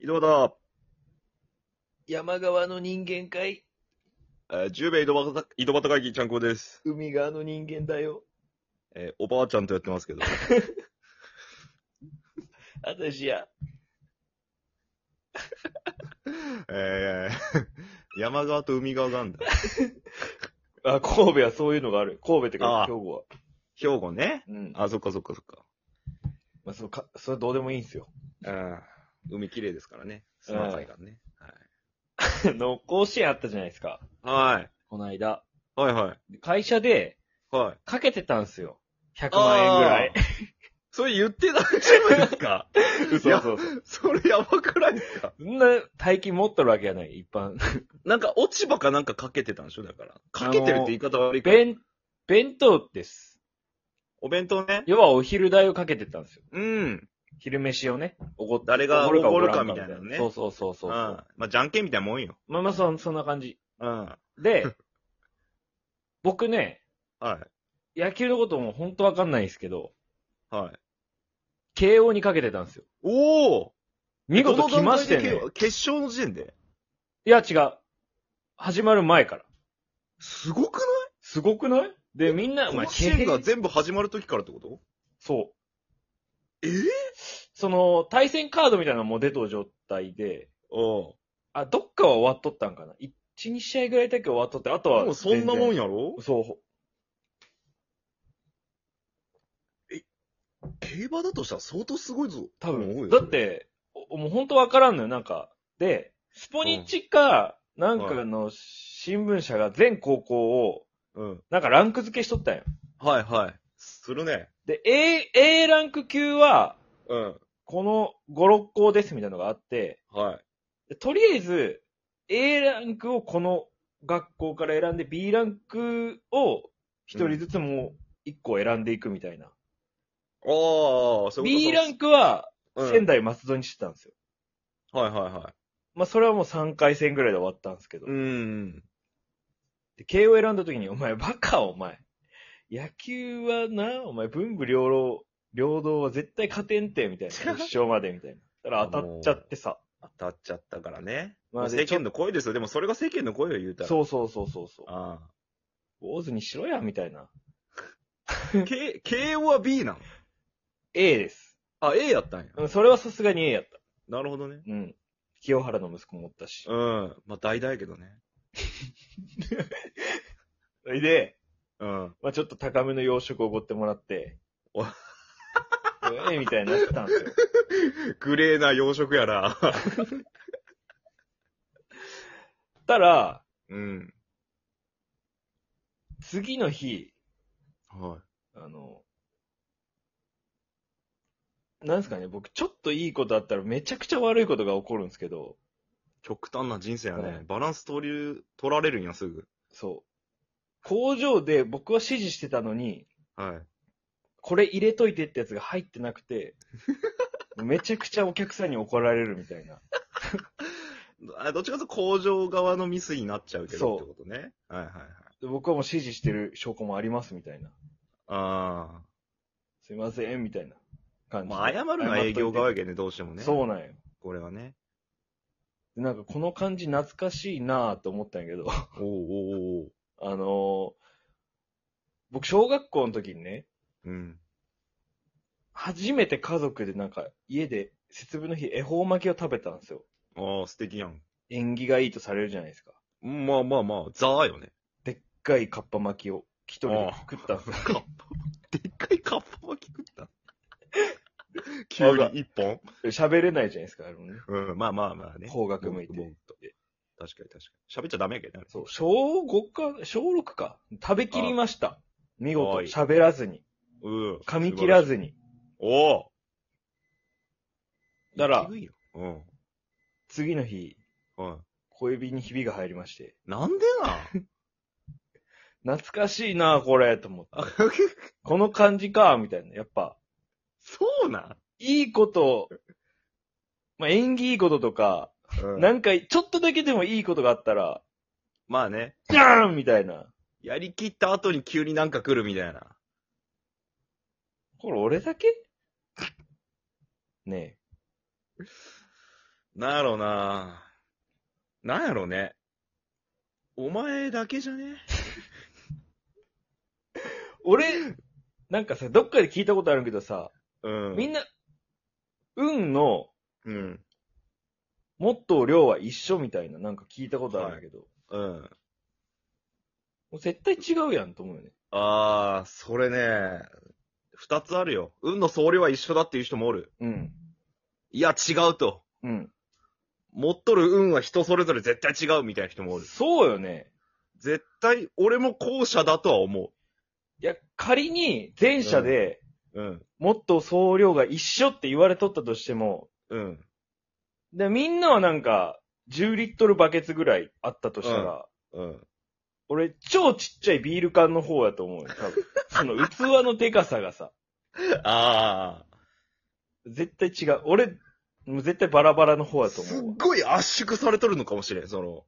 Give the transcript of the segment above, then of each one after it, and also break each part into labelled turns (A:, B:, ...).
A: 井戸端、
B: 山側の人間かい
A: えー、十兵衛井戸端、井戸端会議ちゃんこです。
B: 海側の人間だよ。
A: えーおばあちゃんとやってますけど。
B: 私や。
A: えー、 山側と海側があるんだ。
B: あ、神戸はそういうのがある。神戸って
A: あ
B: か、
A: あ
B: 兵庫は。
A: 兵庫ね。
B: うん。
A: あ、そっかそっかそっか。
B: まあ、そうか、それどうでもいいん すよ。
A: あ海綺麗ですからね。砂海岸ね。
B: あの、甲子園あったじゃないですか。
A: はい。
B: この間。
A: はい。はいはい。
B: で会社で、
A: はい。
B: かけてたんすよ。100万円ぐらい
A: あ。それ言って大丈夫です か
B: 嘘
A: や
B: 嘘嘘。
A: それやばくないですか
B: そんな大金持っとるわけやない、一般。
A: なんか落ち葉かなんかかけてたんでしょだから。かけてるって言い方悪いから。
B: 弁、弁当です。
A: お弁当ね。
B: 要はお昼代をかけてたんですよ。
A: うん。
B: 昼飯をね、おごっ
A: 誰がおごるか
B: お
A: みたいなのね
B: そうそうそう
A: う
B: そ
A: ん。
B: う。
A: まあ、じゃんけんみたいなもんよ。
B: まあまあ、そんそんな感じ。
A: うん。
B: で、僕ね、
A: はい。
B: 野球のことも本当わかんないんですけど、
A: はい。
B: 慶応にかけてたんですよ。
A: おお
B: 見事来まして
A: どの段
B: ね
A: 階。で決勝の時点で。
B: いや、違う。始まる前から。
A: すごく
B: すごくないで、みんな、
A: な
B: お
A: い
B: 前、
A: 甲子園が
B: 慶
A: 全部始まる時からってこと
B: そう。
A: ええ
B: その、対戦カードみたいなのも出とる状態で、
A: おう
B: あ、どっかは終わっとったんかな。1、2試合ぐらいだけ終わっとって、あとは。
A: もうそんなもん
B: や。
A: やろ
B: そう。
A: 競馬だとしたら相当すごいぞ。
B: 多
A: 思うよ
B: 分。だっ、て、おもう本当わからんのよ、なんか。で、スポニチか、なんかの新聞社が全高校を、
A: それうん。
B: なんかランク付けしとったんよ。
A: はいはい。するね。
B: で、A、A ランク級は、
A: うん。
B: この5、6校ですみたいなのがあって、
A: はい。
B: でとりあえず、A ランクをこの学校から選んで、B ランクを一人ずつもう1個選んでいくみたいな。
A: ああ、そうい
B: B
A: うこと
B: ランクは、
A: うん
B: 仙台松戸にしてたんですよ。
A: はいはいはい。
B: まあ、それはもう3回戦ぐらいで終わったんですけど。
A: うん。
B: で、慶応選んだ時に、お前バカお前。野球はな、お前文武両道、両道は絶対勝てんて、みたい な。決勝まで、みたいな。だから当たっちゃってさ。
A: 当たっちゃったからね。
B: まあ
A: まあ、
B: で
A: 世間の声ですよ。でもそれが世間の声を言うたら。う。
B: そうそうそうそうそう。
A: あ
B: 坊主にしろや、みたいな。
A: あ。K、慶応は B なの
B: A です。
A: あ、A やったんや。
B: うん、それはさすがに A やった。
A: なるほどね。
B: うん。清原の息子もおったし
A: う。ん。まあ、大々やけどね。
B: それで、
A: うん。
B: まあちょっと高めの洋食をおごってもらって、
A: お
B: うえみたいになってたんです よ。
A: グレーな洋食やら。
B: たら、
A: うん。
B: 次の日、
A: は
B: あの、なんすかね、僕、ちょっといいことあったらめちゃくちゃ悪いことが起こるんですけど、
A: い。極端な人生やね。
B: はい
A: バランス取り、取られるんや、すぐ。
B: そう。工場で僕は指示してたのに、
A: はい。
B: これ入れといてってやつが入ってなく て、めちゃくちゃお客さんに怒られるみたいな。
A: あどっちかというと工場側のミスになっちゃうけど
B: そう
A: ってことね。はいはいはい。
B: で僕はもう指示してる証拠もありますみたいな。
A: あ
B: すいません、みたいな
A: あ。
B: 感じで。
A: まあ、謝るのは営業側やけどね、どうしてもね。
B: そうなんよ。
A: これはね。
B: でなんかこの感じ懐かしいなぁと思ったんやけど、
A: おうおうおう
B: あのー僕小学校の時にね、
A: うん。
B: 初めて家族でなんか家で節分の日恵方巻きを食べたんですよ。
A: ああ、素敵やん。
B: 縁起がいいとされるじゃないですか。
A: まあまあまあ、ザーよね。
B: でっかいかっぱ巻きを一人で食ったんですよ。
A: カッパ、でっかいカッパ巻き食った。 急に一本
B: 喋れないじゃないですか、あれもね。
A: うん、まあまあまあね。
B: 方角向いて
A: ぼんぼんと確かに確かに。喋っちゃダメやけどね。
B: そう、小5か、小6か。食べきりました。見事、
A: はい
B: 喋らずに、
A: うん。
B: 噛み切ら
A: ず。
B: ずに。
A: おお
B: だから
A: 勢いようん。
B: 次の日、
A: は
B: 小指にひびが入りまして、
A: い。なんで
B: 懐かしいなこれ、と思って。
A: な
B: この感じか、みたいな。やっぱ、
A: そうなん
B: いいこと、まあ、縁起いいこととか、
A: うん
B: なんか、ちょっとだけでもいいことがあったら、
A: まあね。
B: じゃーんみたいな。
A: やりきった後に急になんか来るみたいな。
B: これ俺だけね
A: なんやろうななんやろうね。お前だけじゃね
B: 俺、なんかさ、どっかで聞いたことあるけどさ、
A: うん。
B: みんな、運の
A: うん。
B: もっと量は一緒みたいな、なんか聞いたことあるんだけど、
A: うん。
B: もう絶対違うやんと思うよね。
A: あー、それね、二つあるよ。運の総量は一緒だっていう人もおる。
B: うん。
A: いや、違うと。
B: うん。
A: 持っとる運は人それぞれ絶対違うみたいな人もおる。
B: そうよね。
A: 絶対、俺も後者だとは思
B: いや、仮に前者で、
A: う。うん。
B: もっと総量が一緒って言われとったとしても、
A: うん。
B: で、みんなはなんか、10リットルバケツぐらいあったとしたら、
A: うん。
B: 俺、超ちっちゃいビール缶の方やと思うよ、多分。その器のデカさがさ、
A: あ
B: 絶対違う。俺、もう絶対バラバラの方
A: ー。
B: やと
A: すっ
B: 思うわ。
A: ごい圧縮されとるのかもしれん、その。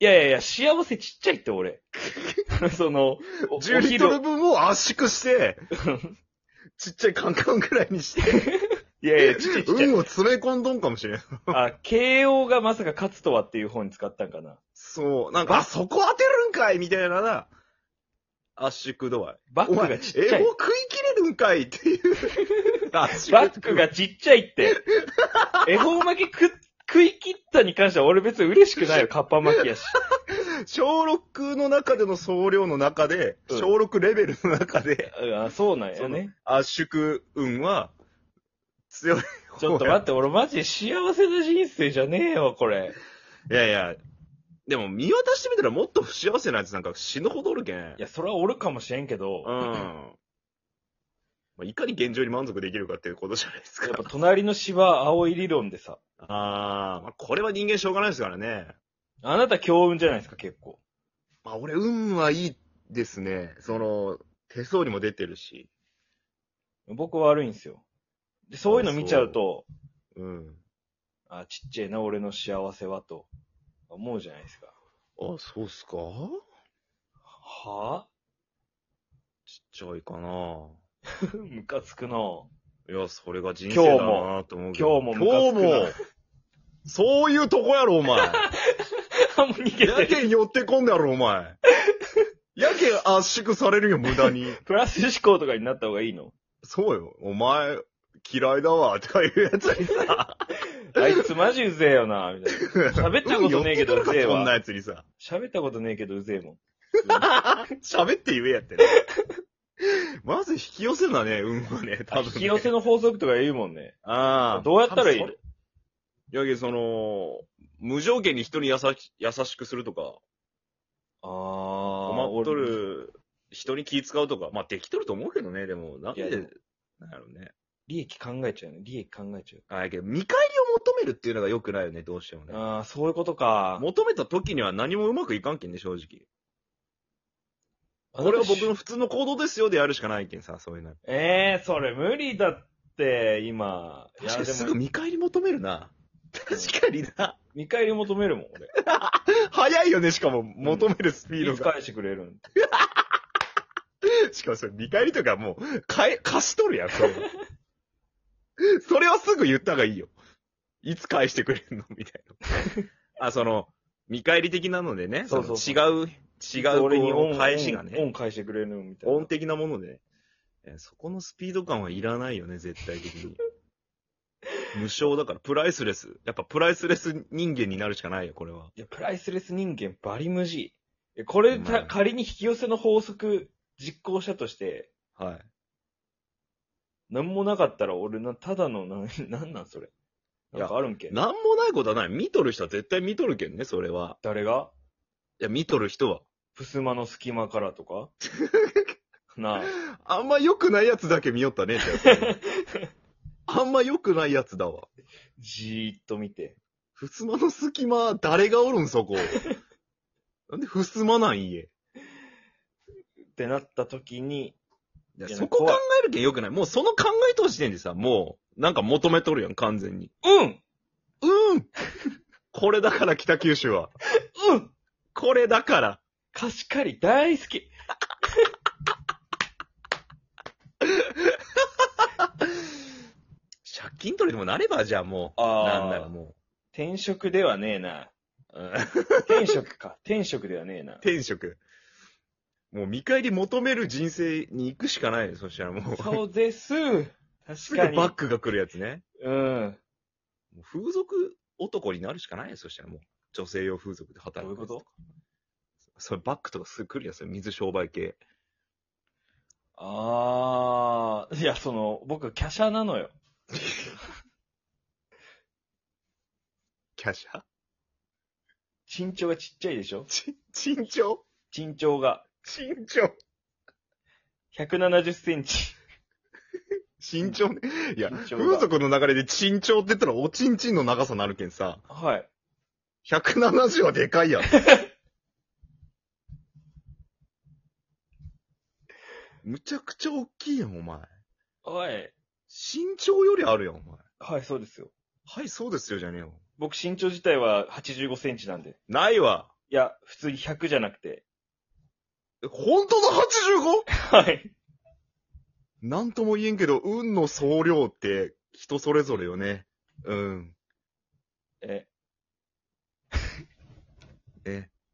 B: いやいやいや、幸せちっちゃいって俺。 その、おお
A: 10リットル分を圧縮して、 ちっちゃいカンカンぐらいにして、
B: いやいや、ちっちゃいちっちゃい。
A: 運を詰め込んどんかもしれん。
B: あ、KO がまさか勝つとはっていう方に使ったんかな。
A: そう、なんか、あ、そこ当てるんかいみたいなな、圧縮度合い。
B: バッ
A: お
B: ク
A: 前、
B: が
A: 英語
B: ちっちゃい。
A: 食い切れるんかいっていう。圧 縮
B: バック。がちっちゃいって。恵方巻き食、食い切ったに関しては俺別に嬉しくないよ、カッパ巻きやし。
A: 小6の中での総量の中で、
B: うん
A: 小6レベルの中で、
B: あそうなんやね。
A: 圧縮運は、強い。
B: ちょっと待って、俺マジで幸せな人生じゃねえよ、これ。
A: いやいや、でも見渡してみたらもっと不幸せなやつなんか死ぬほどおるけん。
B: いや、それはおるかもしれんけ
A: う
B: ど、
A: ん。まあ、いかに現状に満足できるかっていうことじゃないですか。
B: やっぱ隣の芝青い理論でさ、
A: あー、まあ、これは人間しょうがないですからね。
B: あなた強運じゃないですか、結構。
A: まあ、俺、運はいいですね。その、手相にも出てるし。
B: 僕は悪いんですよ。で、そういうの見ちゃうと、
A: うん。
B: あ、ちっちゃいな、俺の幸せは、と思うじゃないですか。
A: あ、そうっすか
B: は
A: ちっちゃいかな
B: ぁ、ムカつくなぁ
A: いや、それが人生だなと思うけど。
B: 今日も
A: 今日も
B: ムカつ
A: そういうとこやろ、お前。
B: あ、 もう逃げ
A: や
B: てる。
A: けん寄ってこんだろ、お前。やけん圧縮されるよ、無駄に。
B: プラス思考とかになった方がいいの
A: そうよ。お前、嫌いだわ、とかいうやつにさ。
B: あいつマジうぜえよな、みたいな。 喋ったことねえけど
A: 運寄ってくる
B: 税
A: か
B: は
A: こんなやつにさ。
B: 喋ったことねえけどうぜえもん。
A: 喋って言えやってね。まず引き寄せだね、運はね、多分、ね。
B: 引き寄せの法則とか言うもんね。
A: ああ。
B: どうやったらいい
A: 多分それいやけど、その、無条件に人に優し優しくするとか、
B: あ
A: 困っと
B: 俺
A: る、人に気使うとか、まあ、できとると思うけどね、でも、なん
B: いやでも
A: で、なんやろうね。
B: 利益考えちゃうね。利益考えちゃう。
A: ああ、やけど、見返りを求めるっていうのが良くないよね、どうしてもね。
B: ああ、そういうことか。
A: 求めた時には何もうまくいかんけんね、正直。
B: あ
A: これは僕の。普通の行動ですよでやるしかないけんさ、そういうの。
B: ええー、それ無理だって、今。い
A: 確か
B: や
A: に
B: です
A: ぐ
B: も、
A: 見返り求めるな。確かにな。
B: 見返り求めるもん、俺。
A: 早いよね、しかも、求めるスピード
B: いつ
A: が。
B: 返してくれるん
A: しかもそれ、見返りとかもう、かえ、貸しとるやん、それ。 それはすぐ言った方がいいよ。いつ返してくれるのみたい な。あ、その、見返り的なのでね、
B: そうそうそ
A: そ
B: う
A: の違う、違う俺に
B: 恩
A: 返しがね、
B: 恩返してくれるみたいな。
A: 音的なものでね、えそこのスピード感はいらないよね、絶対的 に。無償だから、プライスレス。やっぱプライスレス人間になるしかないよ、これは。
B: いや、プライスレス人間バリ無事。えこれ、
A: まあ
B: た仮に引き寄せの法則実行したとして、
A: はい。
B: なんもなかったら俺な、ただの、な、なんなんそれ。なんかあるんけ
A: なんもないことはない。見とる人は絶対見とるけんね、それは。
B: 誰が
A: いや、見とる人は。
B: ふすまの隙間から とかなあ。
A: あんま良くないやつだけ見よったね、じゃ あ。あんま良くないやつだわ。
B: じーっと見て。
A: ふすまの隙間、誰がおるん、そこ。なんでふすまなん、家。
B: ってなった時に、
A: いや
B: いや
A: そこ考
B: 怖い
A: えるけん良くない。もうその考え通し点でさ、もう、なんか求めとるやん、完全に。
B: うん
A: うんこれだから、北九州は。
B: うん
A: これだから。
B: 貸し借り大好き
A: 借金取りでもなれば、じゃあもう。
B: あ
A: な
B: ー
A: んならも
B: 転職ではねえな。
A: うん
B: 転職か。転職ではねえな。
A: 天職。もう見返り求める人生に行くしかないよ、そしたらもう。
B: そうです。
A: す
B: 確
A: ぐ
B: か
A: バ
B: に。
A: ックが来るやつね。
B: うん。
A: もう風俗男になるしかないよ、そしたらもう。女性用風俗で
B: どう
A: 働
B: い
A: く
B: うこ
A: やつ。
B: と
A: それバックとかすぐ来るやつよ、水商売系。
B: ああ、いや、その、僕、華奢なのよ。
A: キャシャ
B: 身長がちっちゃいでしょ
A: ち、身長
B: 身長が。
A: 身長
B: 170センチ。
A: 身長ね。いや、
B: 身長が
A: 風俗の流れで身長って言ったらおちんちんの長さなるけんさ、
B: はい。
A: 170はでかいやん。むちゃくちゃ大きいやん、お前。
B: はい。
A: 身長よりあるやん、お前。
B: はい、そうですよ。
A: はい、そうですよ、じゃねえよ。
B: 僕、身長自体は85センチなんで。
A: ないわ。
B: いや、普通に100じゃなくて。
A: え本当の 85?
B: はい。
A: なんとも言えんけど、運の総量って人それぞれよね。うん。
B: え、
A: え。